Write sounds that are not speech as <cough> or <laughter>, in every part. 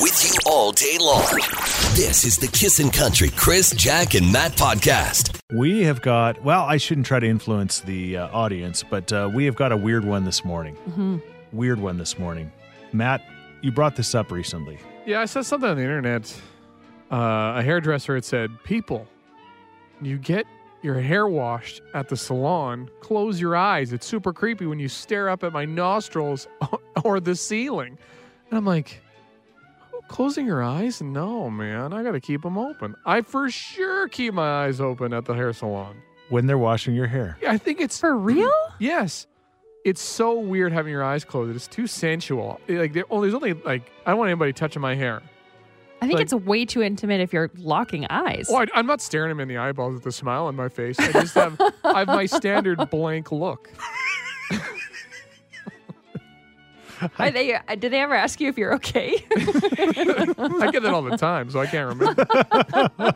with you all day long. This is the Kissin' Country Chris, Jack, and Matt podcast. We have got, well, I shouldn't try to influence the uh, audience, but uh, we have got a weird one this morning. Mm-hmm. Weird one this morning. Matt, you brought this up recently. Yeah, I saw something on the internet. Uh, a hairdresser had said, "People, you get your hair washed at the salon. Close your eyes. It's super creepy when you stare up at my nostrils <laughs> or the ceiling." And I'm like, "Oh, "Closing your eyes? No, man. I got to keep them open. I for sure keep my eyes open at the hair salon. When they're washing your hair, Yeah, I think it's For real? Yes. It's so weird having your eyes closed. It's too sensual. Like, there- oh, there's only like I don't want anybody touching my hair. I think Like- it's way too intimate if you're locking eyes. Well, I, I'm not staring him in the eyeballs with a smile on my face. I just have I have my standard blank look. Are they, uh, did they ever ask you if you're okay? <laughs> I get that all the time, so I can't remember.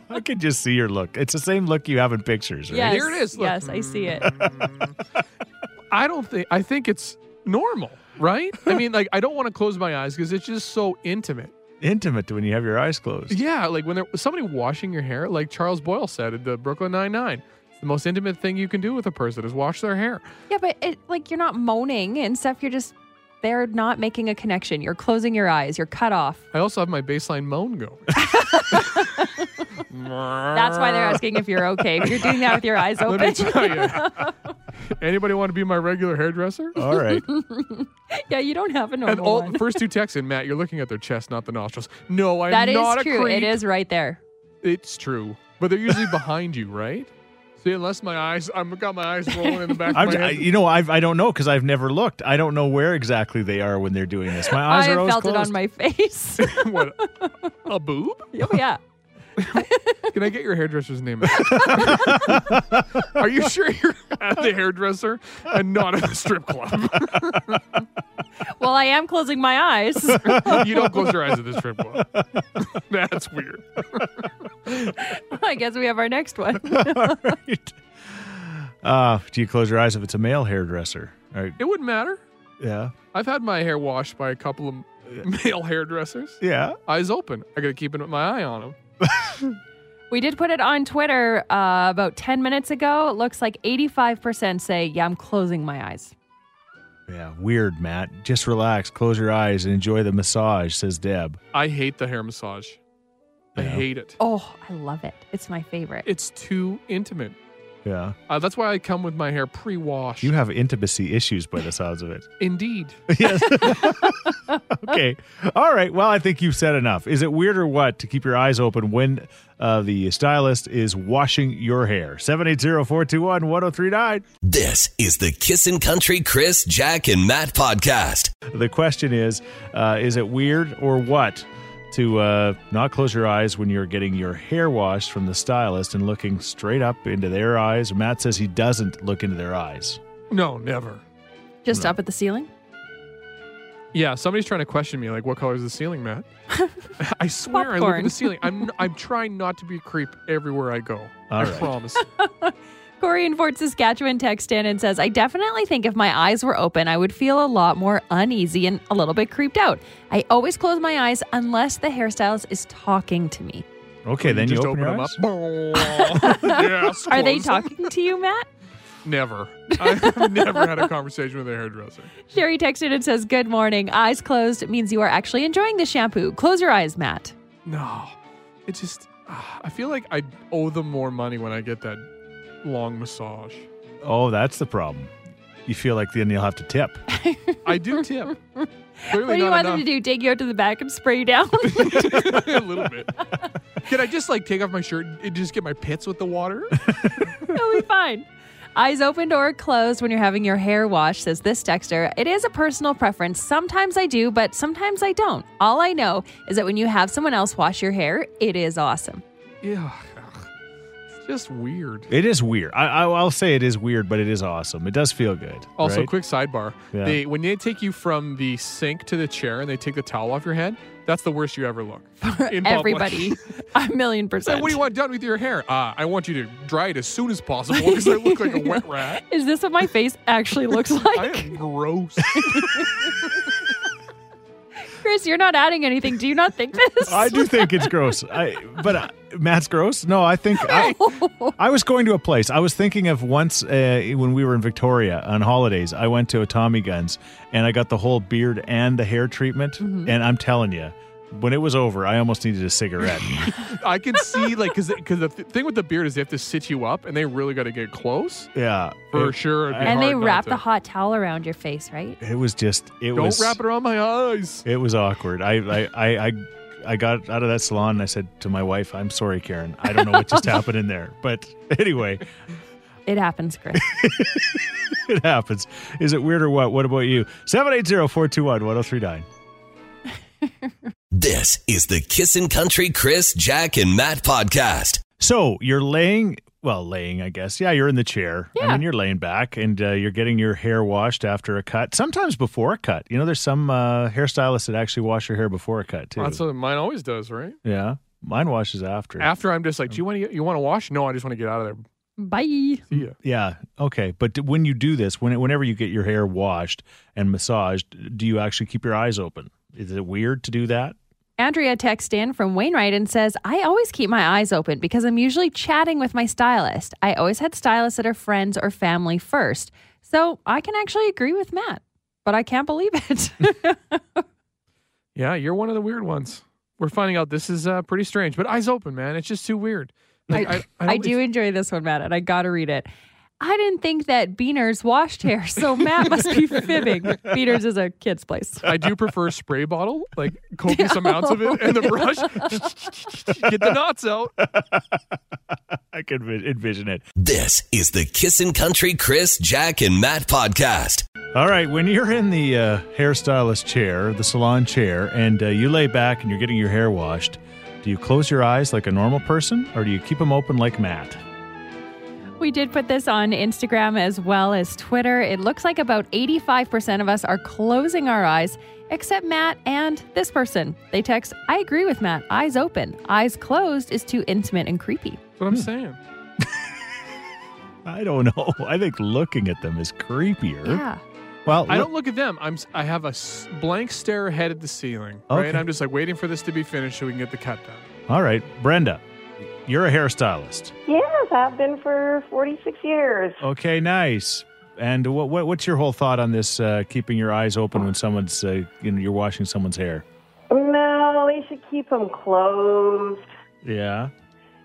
I can just see your look. It's the same look you have in pictures, right? yes. Here it is, look. Yes, I <laughs> see it. I don't think I think it's normal, right? I mean, like I don't want to close my eyes because it's just so intimate. Intimate when you have your eyes closed. <laughs> Yeah, like when there somebody washing your hair, like Charles Boyle said at the Brooklyn Nine Nine. The most intimate thing you can do with a person is wash their hair. Yeah, but it, like you're not moaning and stuff. You're just, they're not making a connection. You're closing your eyes. You're cut off. I also have my baseline moan going. That's why they're asking if you're okay. If you're doing that with your eyes <laughs> Let me open, tell <laughs> you. Anybody want to be my regular hairdresser? All right. yeah, you don't have a normal And all one. the first two texts in, Matt, you're looking at their chest, not the nostrils. No, I'm That is not a true. creep. It is right there. It's true, but they're usually behind you, right? See, unless my eyes, I've got my eyes rolling in the back I'm, of my I, head. you know, I've, I don't know because I've never looked. I don't know where exactly they are when they're doing this. <laughs> My eyes are I have always felt closed. it <laughs> on my <laughs> face. <laughs> what? A boob? oh, yeah. Can I get your hairdresser's name? Are you sure you're at the hairdresser and not at the strip club? <laughs> Well, I am closing my eyes. <laughs> you don't close your eyes at the strip club. <laughs> That's weird. I guess we have our <laughs> next one. Right. Uh, do you close your eyes if it's a male hairdresser? All right. It wouldn't matter. Yeah. I've had my hair washed by a couple of male hairdressers. Yeah. Eyes open. I gotta keep an- my eye on them. We did put it on Twitter uh, about 10 minutes ago. It looks like 85% say, Yeah, I'm closing my eyes. Yeah, weird, Matt. Just relax, close your eyes, and enjoy the massage, says Deb. I hate the hair massage. I Yeah. hate it. Oh, I love it. It's my favorite. It's too intimate. Yeah. Uh, that's why I come with my hair pre-washed. You have intimacy issues by the sounds of it. <laughs> Indeed. yes. okay. All right. Well, I think you've said enough. Is it weird or what to keep your eyes open when uh, the stylist is washing your hair? 780 421 1039. This is the Kissin' Country Chris, Jack, and Matt podcast. The question is uh, Is it weird or what to uh, not close your eyes when you're getting your hair washed from the stylist and looking straight up into their eyes? Matt says he doesn't look into their eyes. No, never. Just up at the ceiling? Yeah, somebody's trying to question me, like, what color is the ceiling, <laughs> Matt? I swear I look at Popcorn. the ceiling. I'm <laughs> I'm trying not to be a creep everywhere I go. I right. promise. Corey in Fort Saskatchewan texts in and says, I definitely think if my eyes were open, I would feel a lot more uneasy and a little bit creeped out. I always close my eyes unless the hairstylist is talking to me. <laughs> Okay, then you just open, your them eyes. up. <laughs> yes, Are they close. talking to you, Matt? Never. <laughs> I've never had a conversation with a hairdresser. Sherry texted and says, Good morning. Eyes closed means you are actually enjoying the shampoo. Close your eyes, Matt. No, it just. ah, I feel like I owe them more money when I get that long massage. Oh, that's the problem. You feel like then you'll have to tip. I do <laughs> tip. Clearly What do you not want them to do? Take you out to the back and spray you down? enough. <laughs> a little bit. Can I just like take off my shirt and just get my pits with the <laughs> water? It'll be fine. Eyes opened or closed when you're having your hair washed, says this texter. It is a personal preference. Sometimes I do, but sometimes I don't. All I know is that when you have someone else wash your hair, it is awesome. Yeah, ugh. it's just weird. It is weird. I, I, I'll say it is weird, but it is awesome. It does feel good. Also, right? quick sidebar: Yeah. they when they take you from the sink to the chair and they take the towel off your head, that's the worst you ever <laughs> look. in public. Everybody, a million <laughs> So percent. what do you want done with your hair? Uh, I want you to dry it as soon as possible because I look like a <laughs> wet rat. Is this what <laughs> my face actually looks I like? am gross. Chris, you're not adding anything. Do you <laughs> not think this? I do think it's gross. I but uh, Matt's gross. No, I think I, I was going to a place. I was thinking of once uh, when we were in Victoria on holidays. I went to a Tommy Guns and I got the whole beard and the hair treatment. Mm-hmm. And I'm telling you, when it was over, I almost needed a <laughs> cigarette. <laughs> I can see like because because the th- thing with the beard is they have to sit you up and they really got to get close yeah, for it, sure. it'd be and they hard not wrap to. the hot towel around your face, right? it was just it Don't was wrap it around my eyes. It was awkward. I, I, I, I, I got out of that salon and I said to my wife, I'm sorry, Karen. I don't know what just happened in there. But anyway, It happens, Chris. <laughs> it happens. Is it weird or what? What about you? 780 421 1039. This is the Kissin' Country Chris, Jack, and Matt podcast. So you're laying, well, laying, I guess. Yeah, you're in the chair. I Yeah. mean, you're laying back and uh, you're getting your hair washed after a cut, sometimes before a cut. You know, there's some uh, hairstylists that actually wash your hair before a cut, too. That's what mine always does, right? yeah. Mine washes after. After I'm just like, do you want to you want to wash? No, I just want to get out of there. Bye. See ya. Yeah. Okay. But d- when you do this, when whenever you get your hair washed and massaged, do you actually keep your eyes open? Is it weird to do that? Andrea texts in from Wainwright and says, I always keep my eyes open because I'm usually chatting with my stylist. I always had stylists that are friends or family first. So I can actually agree with Matt, but I can't believe <laughs> it. Yeah, you're one of the weird ones. We're finding out this is uh, pretty strange, but eyes open, man. It's just too weird. Like, I, I I don't- do enjoy this one, Matt, and I got to read it. I didn't think that Beaners washed hair, so Matt must be fibbing. Beaners is a kid's place. I do prefer spray bottle, like <laughs> copious amounts of it, and the brush. Get the knots out. I could vi- envision it. This is the Kissin' Country Chris, Jack, and Matt podcast. All right. When you're in the uh, hairstylist chair, the salon chair, and uh, you lay back and you're getting your hair washed, do you close your eyes like a normal person, or do you keep them open like Matt? We did put this on Instagram as well as Twitter. It looks like about 85% of us are closing our eyes, except Matt and this person. They text, I agree with Matt. Eyes open. Eyes closed is too intimate and creepy. That's what I'm saying. I don't <laughs> know. I think looking at them is creepier. Yeah. Well, I don't look at them. I'm. s- I have a s- blank stare ahead at the ceiling. Right. Okay. I'm just like waiting for this to be finished so we can get the cut done. all right, Brenda, you're a hairstylist. Yes, I've been for 46 years. Okay, nice. And what, what what's your whole thought on this? Uh, keeping your eyes open when someone's uh, you know you're washing someone's hair. No, they should keep them closed. Yeah.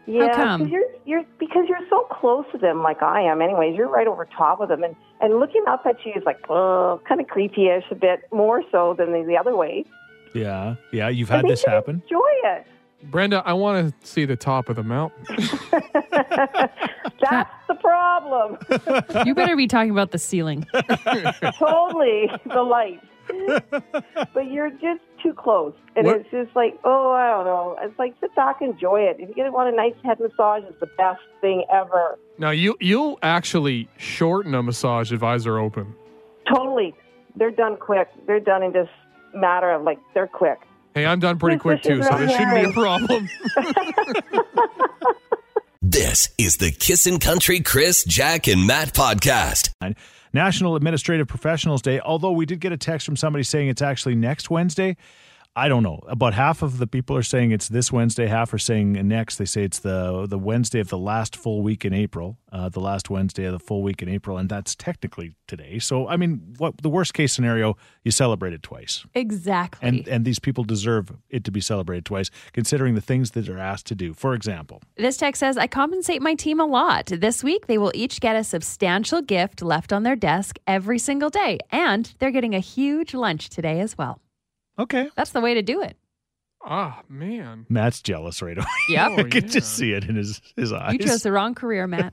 Yeah, come? 'cause you're, you're, because you're so close to them, like I am. Anyways, you're right over top of them, and and looking up at you is like, oh, kind of creepy-ish a bit more so than the, the other way. Yeah. Yeah. You've But had they this should happen. Enjoy it. Brenda, I want to see the top of the mountain. That's <laughs> the problem. You better be talking about the ceiling. totally the light. but you're just too close. And What- it's just like, oh, I don't know. It's like, sit back, enjoy it. If you get want a nice head massage, it's the best thing ever. Now you you'll actually shorten a massage if eyes are open. Totally. They're done quick. They're done in just matter of like, they're quick. Hey, I'm done pretty This quick is too, so this shouldn't be a problem. <laughs> This is the Kissin' Country Chris, Jack, and Matt podcast. National Administrative Professionals Day. Although we did get a text from somebody saying it's actually next Wednesday. I don't know. About half of the people are saying it's this Wednesday. Half are saying next. They say it's the the Wednesday of the last full week in April. Uh, the last Wednesday of the full week in April, and that's technically today. So I mean, what the worst case scenario? You celebrate it twice. Exactly. and and these people deserve it to be celebrated twice considering the things that they're asked to do for example This text says, I compensate my team a lot. This week, they will each get a substantial gift left on their desk every single day, and they're getting a huge lunch today as well. okay That's the way to do it. Ah man. matt's jealous right away Yep. <laughs> i Oh, could yeah. just see it in his his eyes You <laughs> chose the wrong career, Matt.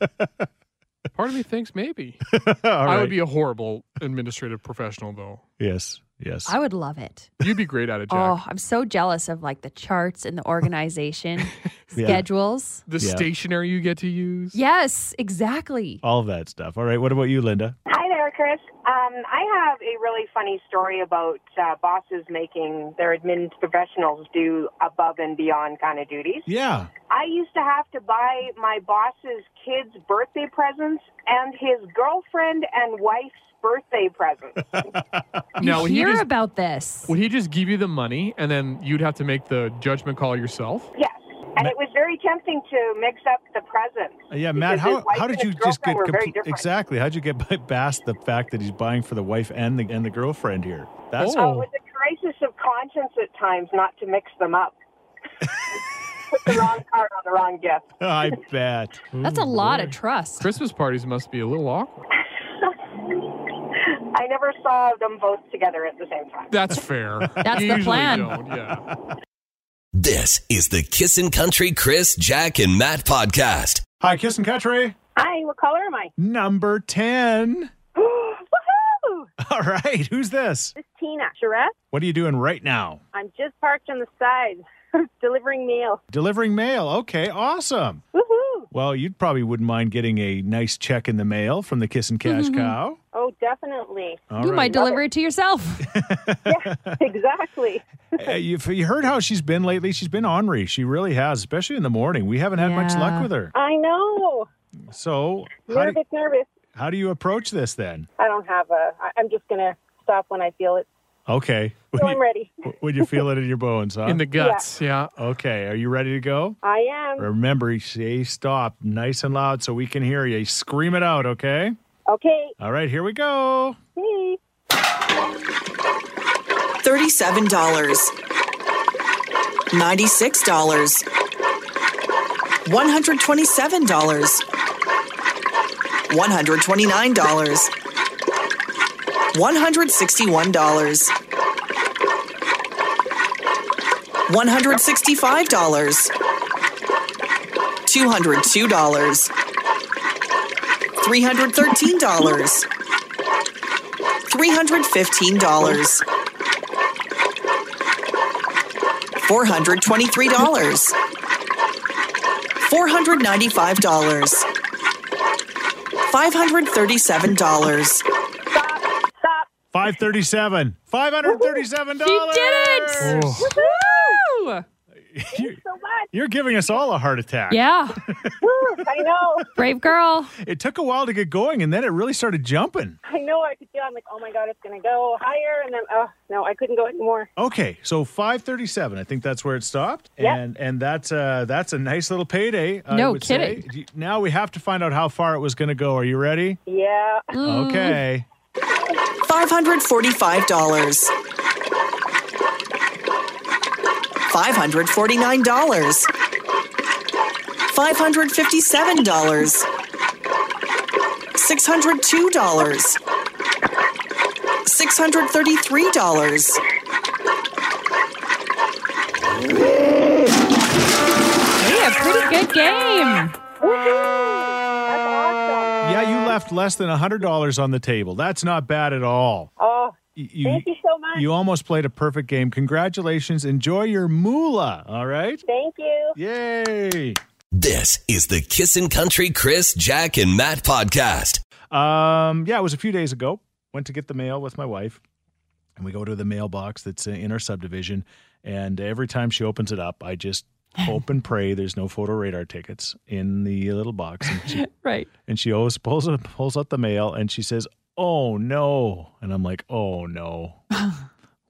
Part of me thinks maybe. All I right. would be a horrible administrative professional though. yes yes I would love it. You'd be great at it, Jack. Oh, I'm so jealous of like the charts and the organization, <laughs> Yeah. schedules. the Yeah. stationery you get to use. Yes, exactly. Uh, all that stuff all right what about you linda Hi there, Chris. Um, I have a really funny story about uh, bosses making their admin professionals do above and beyond kind of duties. Yeah. I used to have to buy my boss's kids' birthday presents and his girlfriend and wife's birthday presents. Now, you would he hear just- about this. Would he just give you the money and then you'd have to make the judgment call yourself? yes. And it was very tempting to mix up the presents. Uh, Yeah, because Matt, his how, wife how and did you his just get girlfriend were very compl- different. exactly? How'd you get by- past the fact that he's buying for the wife and the and the girlfriend here? That's Oh. Oh, with a crisis of conscience at times, not to mix them <laughs> up. Put the wrong card on the wrong gift. <laughs> <laughs> I bet. That's a lot of trust. Christmas parties must be a little awkward. I never saw them both together at the same time. That's fair. <laughs> That's the You usually plan. don't, yeah. This is the Kissin' Country Chris, Jack, and Matt podcast. Hi, Kissing Country, Hi, what color am I? number ten. <laughs> Woohoo! All right, who's this? This is Tina. Charette, What are you doing right now? I'm just parked on the side <laughs> delivering mail. Delivering mail. Okay, awesome. Woohoo! Well, you probably wouldn't mind getting a nice check in the mail from the Kissin' Cash Cow. Oh, definitely. All you right. might deliver it to yourself. <laughs> exactly. Uh, you, you heard how she's been lately. She's been ornery. She really has, especially in the morning. We haven't had much Yeah. luck with her. I know. So, how do, Nervous, nervous. how do you approach this then? I don't have a. I, I'm just going to stop when I feel it. Okay. <laughs> So When I'm ready. you, when you feel it in your bones, huh? <laughs> In the guts, yeah. okay. Are you ready to go? I am. Remember, say stop nice and loud so we can hear you. Scream it out, okay? Okay. All right, here we go. See. $37, $96, $127, $129, $161, $165, $202, $313, $315. $423. $495. $537. Stop. Stop. 537. $537. She did it! Oh, Woo! So much. You're giving us all a heart attack. Yeah, Woo. I <laughs> know. brave girl. It took a while to get going, and then it really started jumping. I know. I could feel. I'm like, oh my god, it's going to go higher, and then oh no, I couldn't go anymore. Okay, so 537. I think that's where it stopped, Yep. and and that's uh that's a nice little payday. I No would say. kidding. Do you- Now we have to find out how far it was going to go. Are you ready? Yeah. Mm. Okay. $545. $549. $557. $602. $633. Hey, <laughs> a pretty good game. That's awesome. Yeah, you left less than hundred dollars on the table. That's not bad at all. Oh, Y- You, thank you so much. you almost played a perfect game. Congratulations. Enjoy your moolah. All right. Thank you. Yay. This is the Kissin' Country Chris, Jack, and Matt podcast. Um, yeah, it was a few days ago. Went to get the mail with my wife, and we go to the mailbox that's uh, in our subdivision. And every time she opens it up, I just hope and pray there's no photo radar tickets in the little box. And she, Right. and she always pulls up, pulls out the mail, and she says, "Oh no!" And I'm like, "Oh no."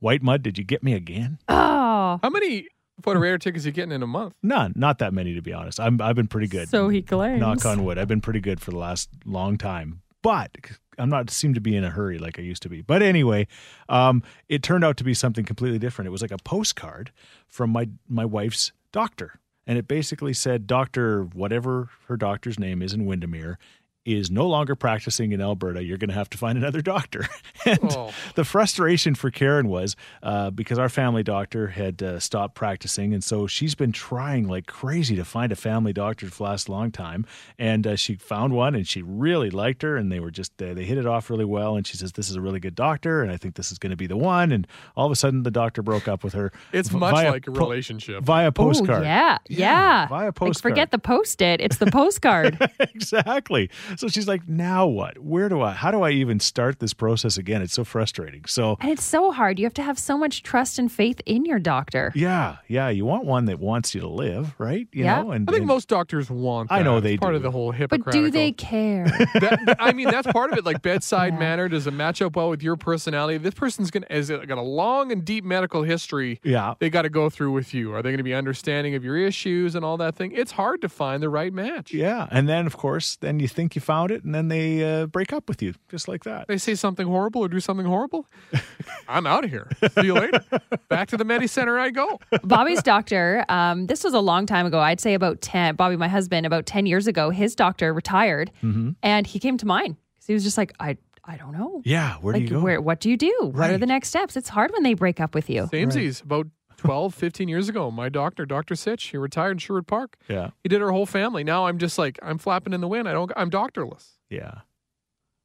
White mud, did you get me again? Oh, How many photo radar tickets are you getting in a month? None, not that many to be honest. I'm, I've been pretty good. so he claims. Knock on wood. I've been pretty good for the last long time, but I'm not seem to be in a hurry like I used to be. But anyway, um, it turned out to be something completely different. It was like a postcard from my my wife's doctor, and it basically said, "Doctor, whatever her doctor's name is in Windermere." Is no longer practicing in Alberta. You're going to have to find another doctor. <laughs> and Oh. the frustration for Karen was uh, because our family doctor had uh, stopped practicing, and so she's been trying like crazy to find a family doctor for the last long time. And uh, she found one, and she really liked her, and they were just uh, they hit it off really well. And she says, "This is a really good doctor, and I think this is going to be the one." And all of a sudden, the doctor broke up with her. It's v- much via like a po- relationship. via Oh, postcard. yeah, yeah. via Like, postcard. <laughs> forget the post it. It's the postcard. <laughs> exactly. So she's like, now what? Where do I, how do I even start this process again? It's so frustrating. So, And it's so hard. You have to have so much trust and faith in your doctor. yeah, yeah, you want one that wants you to live, right? You Yeah. know, and, I think and- most doctors want. I that. know It's they part do. of the whole Hippocratic. But do they care? <laughs> <laughs> That, I mean, that's part of it. Like bedside Yeah. manner. Does it match up well with your personality? This person's gonna has got a long and deep medical history. yeah. They got to go through with you. Are they going to be understanding of your issues and all that thing? It's hard to find the right match. Yeah. And then, of course, then you think you found it, and then they uh, break up with you just like that. They say something horrible or do something horrible. <laughs> I'm out of here. See you later. Back to the Medi Center I go. Bobby's doctor, um, this was a long time ago. I'd say about 10, Bobby, my husband, about 10 years ago, his doctor retired Mm-hmm. and he came to mine because he was just like, I, I don't know. Yeah. Where do like, you go? where, what do you do? What are Right. the next steps? It's hard when they break up with you. Samesies, about 12, 15 years ago, my doctor, Dr. Sitch, he retired in Sherwood Park. Yeah. He did our whole family. Now I'm just like, I'm flapping in the wind. I don't, I'm doctorless. Yeah.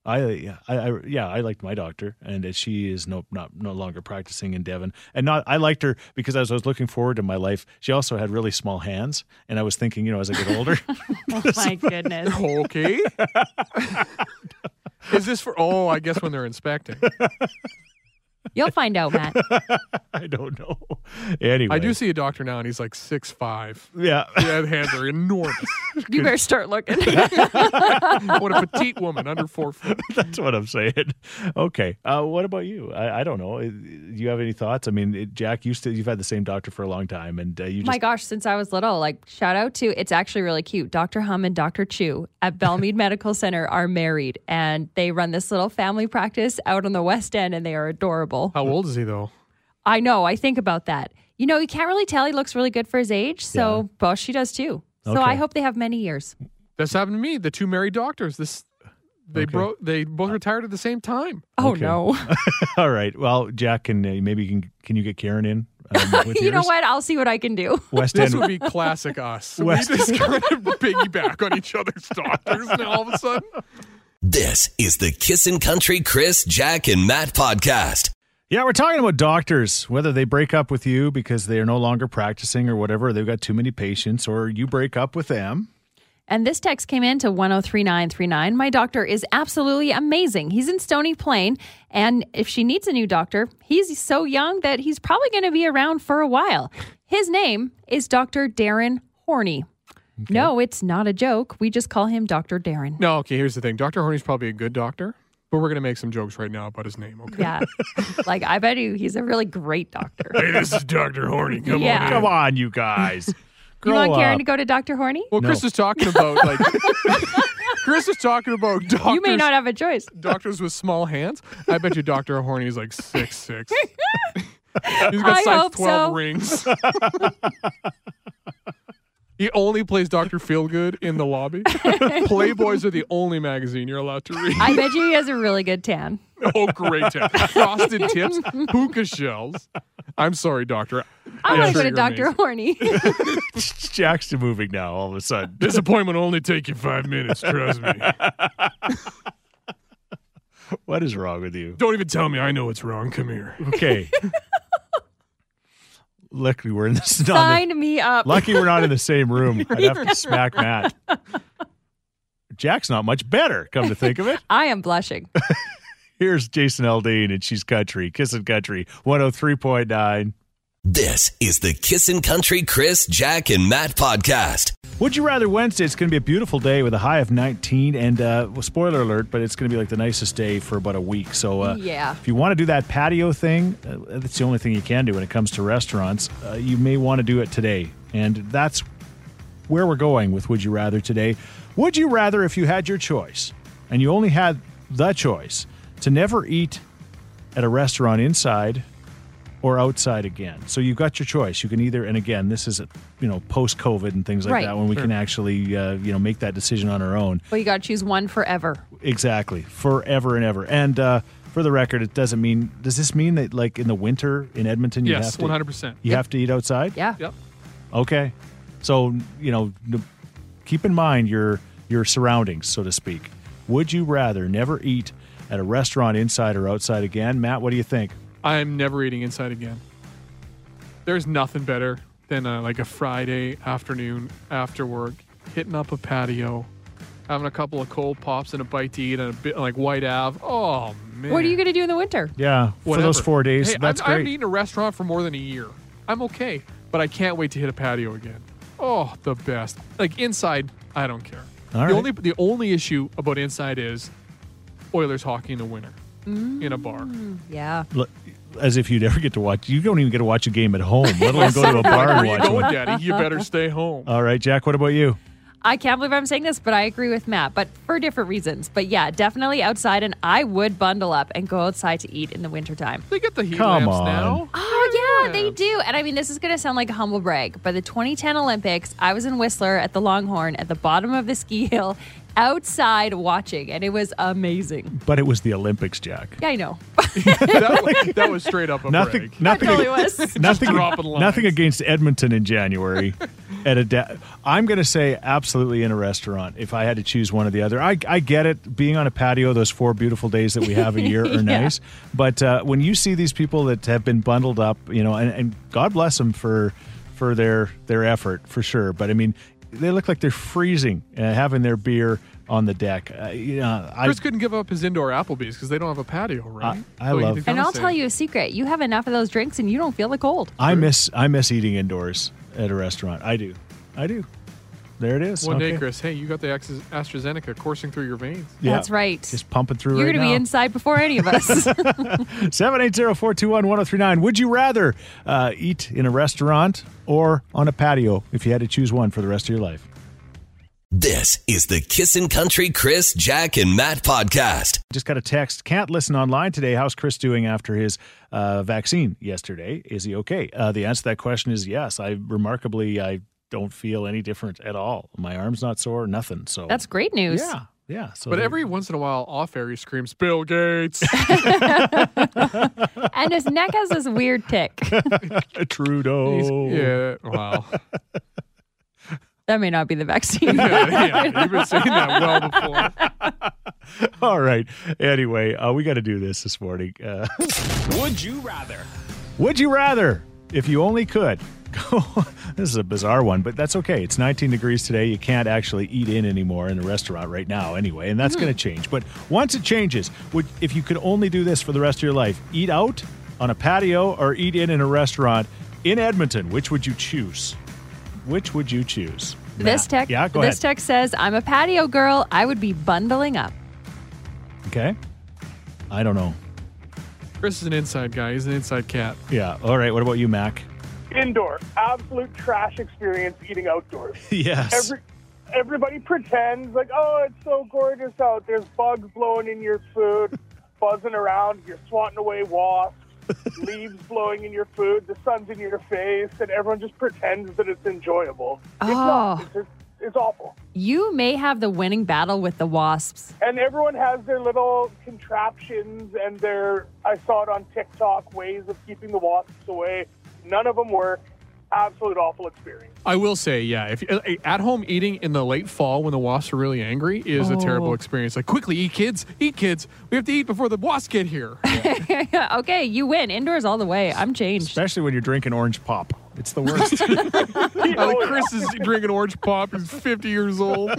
I uh, yeah I, I yeah I liked my doctor and uh, she is no not no longer practicing in Devon and not I liked her because as I was looking forward to my life she also had really small hands and I was thinking you know as I get <laughs> older <laughs> <laughs> Oh my goodness. <laughs> Okay. Is this for, oh, I guess when they're inspecting. You'll find <laughs> out, Matt. I don't know anyway I do see a doctor now and he's like six five. yeah <laughs> Yeah, hands are enormous. You better start looking. what a petite woman under four foot. <laughs> that's what I'm saying okay uh, what about you I, I don't know Uh, do you have any thoughts I mean it, Jack you still you've had the same doctor for a long time and uh, you Oh my just gosh, since I was little, like shout out to it's actually really cute. Dr. Hum and Dr. Chu <laughs> at Belmead Medical Center are married and they run this little family practice out on the West End and they are adorable. How old is he though? I know, I think about that. You know, you can't really tell he looks really good for his age, so well, she does too. So Okay. I hope they have many years. That's happened to me. The two married doctors. This they Okay. broke. They both retired at the same time. Oh Okay. <laughs> no. <laughs> all right well Jack can uh, maybe you can can you get Karen in <laughs> um, with you know yours? what? I'll see what I can do. West This End would be classic us. We West- just kind of piggyback on each other's doctors now. All of a sudden, This is the Kissin' Country Chris, Jack, and Matt podcast. Yeah, we're talking about doctors, whether they break up with you because they are no longer practicing or whatever, they've got too many patients, or you break up with them. And this text came in to 103939. My doctor is absolutely amazing. He's in Stony Plain. And if she needs a new doctor, he's so young that he's probably going to be around for a while. His name is Dr. Darren Horney. No, it's not a joke. We just call him <laughs> Dr. Darren. no. Okay, here's the thing. Doctor Horny's probably a good doctor, but we're gonna make some jokes right now about his name. Okay. Yeah. like, I bet you he's a really great doctor. Hey, this is Doctor Horny. Come Yeah. on. in. Come on, you guys. Ah. <laughs> You Grow want Karen up. to go to Dr. Horney? Well, Chris No. is talking about like. Chris is talking about doctors. You may not have a choice. doctors with small hands. I bet you Doctor Horny is like six <laughs> six. He's got I size hope twelve so. rings. <laughs> he only plays Doctor Feelgood in the <laughs> lobby. Playboys are the only magazine you're allowed to read. I bet you he has a really <laughs> good tan. oh, great tip! Frosted tips, hookah shells. I'm sorry, Doctor. I Yeah, want to sure go to you're <laughs> Dr. amazing. Horney. Jack's moving now all of a <laughs> sudden. This appointment will only take you five minutes. Trust me. What is wrong with <laughs> you? Don't even tell me. I know what's wrong. Come here. Okay. Luckily, we're in this. not in the- Sign me up. lucky we're not in the same room. I'd have to smack Matt. Jack's not much better, come to think of it. I am blushing. Here's Jason Aldean, and she's country, kissing country, 103.9. This is the Kissin' Country Chris, Jack, and Matt podcast. Would you rather Wednesday? It's going to be a beautiful day with a high of 19, and uh, well, spoiler alert, but it's going to be like the nicest day for about a week. So, uh, Yeah. if you want to do that patio thing, uh, that's the only thing you can do when it comes to restaurants. Uh, you may want to do it today, and that's where we're going with Would You Rather today. Would you rather, if you had your choice, and you only had the choice to never eat at a restaurant inside or outside again. So you've got your choice. You can either, and again, this is you know post COVID and things like Right. that, when we can actually uh, you know make that decision on our own. Well, you got to choose one forever. Exactly, forever and ever. And uh, for the record, it doesn't mean. Does this mean that like in the winter in Edmonton, you Yes, have to one hundred percent. you have to eat outside? Yeah. Yep. Okay. So you know, n- keep in mind your your surroundings, so to speak. Would you rather never eat at a restaurant inside or outside again, Matt? What do you think? I'm never eating inside again. There's nothing better than uh like a Friday afternoon after work, hitting up a patio, having a couple of cold pops and a bite to eat and a bit like White Ave. Oh man, What are you going to do in the winter? Yeah, for those Whatever. four days, Hey, that's I've, I great. haven't eaten a restaurant for more than a year. I'm okay, but I can't wait to hit a patio again. Oh, the best! Like inside, I don't care. All the right. only the only issue about inside is Oilers hockey in the winter in a bar. Yeah. Look, As if you'd ever get to watch. You don't even get to watch a game at home, let alone go <laughs> to a bar Where and you watch going, one. Daddy? You better stay home. All right, Jack. What about you? I can't believe I'm saying this, but I agree with Matt, but for different reasons. But yeah, definitely outside, and I would bundle up and go outside to eat in the wintertime. they get the heat Come lamps on. <laughs> now. Oh, yeah, they do. And I mean, this is going to sound like a humble brag, but the 2010 Olympics, I was in Whistler at the Longhorn at the bottom of the ski hill outside watching, and it was amazing. But it was the Olympics, Jack. Yeah, I know. <laughs> that, was, that was straight up a Nothing. break. Nothing. <laughs> totally <laughs> was. nothing, dropping lines. nothing against Edmonton in <laughs> January. at a da- I'm going to say absolutely in a restaurant if I had to choose one or the other. I, I get it. Being on a patio those four beautiful days that we have a <laughs> year are nice. But uh, when you see these people that have been bundled up, you know, and, and God bless them for for their their effort for sure. But I mean, they look like they're freezing uh, having their beer on the deck. Uh, you know, I, Chris couldn't give up his indoor Applebee's because they don't have a patio, right? I he love- did and I'll compensate. tell you a secret you have enough of those drinks, and you don't feel the cold. I miss I miss eating indoors at a restaurant. I do, I do. There it is. One day, Okay. Chris, hey, you got the Ax- AstraZeneca coursing through your veins. Yeah. That's right. Just pumping through You're right going to be now. inside before any of us. <laughs> 780-421-1039. Would you rather uh, eat in a restaurant or on a patio if you had to choose one for the rest of your life? This is the Kissin' Country Chris, Jack, and Matt podcast. Just got a text. Can't listen online today. How's Chris doing after his uh, vaccine yesterday? Is he okay? Uh, the answer to that question is yes. I remarkably I don't feel any different at all. My arm's not sore, nothing. So That's great news. yeah, yeah. So But there- every once in a while, off air, he screams, <laughs> Bill Gates. And his neck has this <laughs> weird tick. He's- Trudeau. yeah, wow. That may not be the <laughs> vaccine. yeah, yeah, you've been saying that well before. <laughs> All right. Anyway, uh, we got to do this this morning. Uh, <laughs> Would you rather? Would you rather, if you only could, <laughs> go? this is a bizarre one, but that's okay. It's 19 degrees today. You can't actually eat in anymore in a restaurant right now, anyway, and that's going to change. But once it changes, would if you could only do this for the rest of your life, eat out on a patio or eat in in a restaurant in Edmonton, which would you choose? Which would you choose? This Matt. tech, yeah, go this ahead. tech says, "I'm a patio girl. I would be bundling up." okay, I don't know. Chris is an inside guy. He's an inside cat. Yeah, all right. What about you, Mac? <laughs> Indoor, absolute trash experience eating outdoors. yes. Every, everybody pretends like, oh, it's so gorgeous out. There's bugs blowing in your food, <laughs> buzzing around. You're swatting away wasps, leaves blowing in your food, the sun's in your face, and everyone just pretends that it's enjoyable. It's Oh. not. It's, just, it's awful. You may have the winning battle with the wasps. And everyone has their little contraptions and their, I saw it on TikTok, ways of keeping the wasps away. None of them work. Absolute awful experience. I will say, yeah, if uh, at home eating in the late fall when the wasps are really angry is a terrible experience. Like, quickly eat, kids, eat, kids. We have to eat before the wasps get here. okay, you win. Indoors all the way. I'm changed. Especially when you're drinking orange pop. It's the worst. I think Chris is drinking orange pop. He's 50 years old.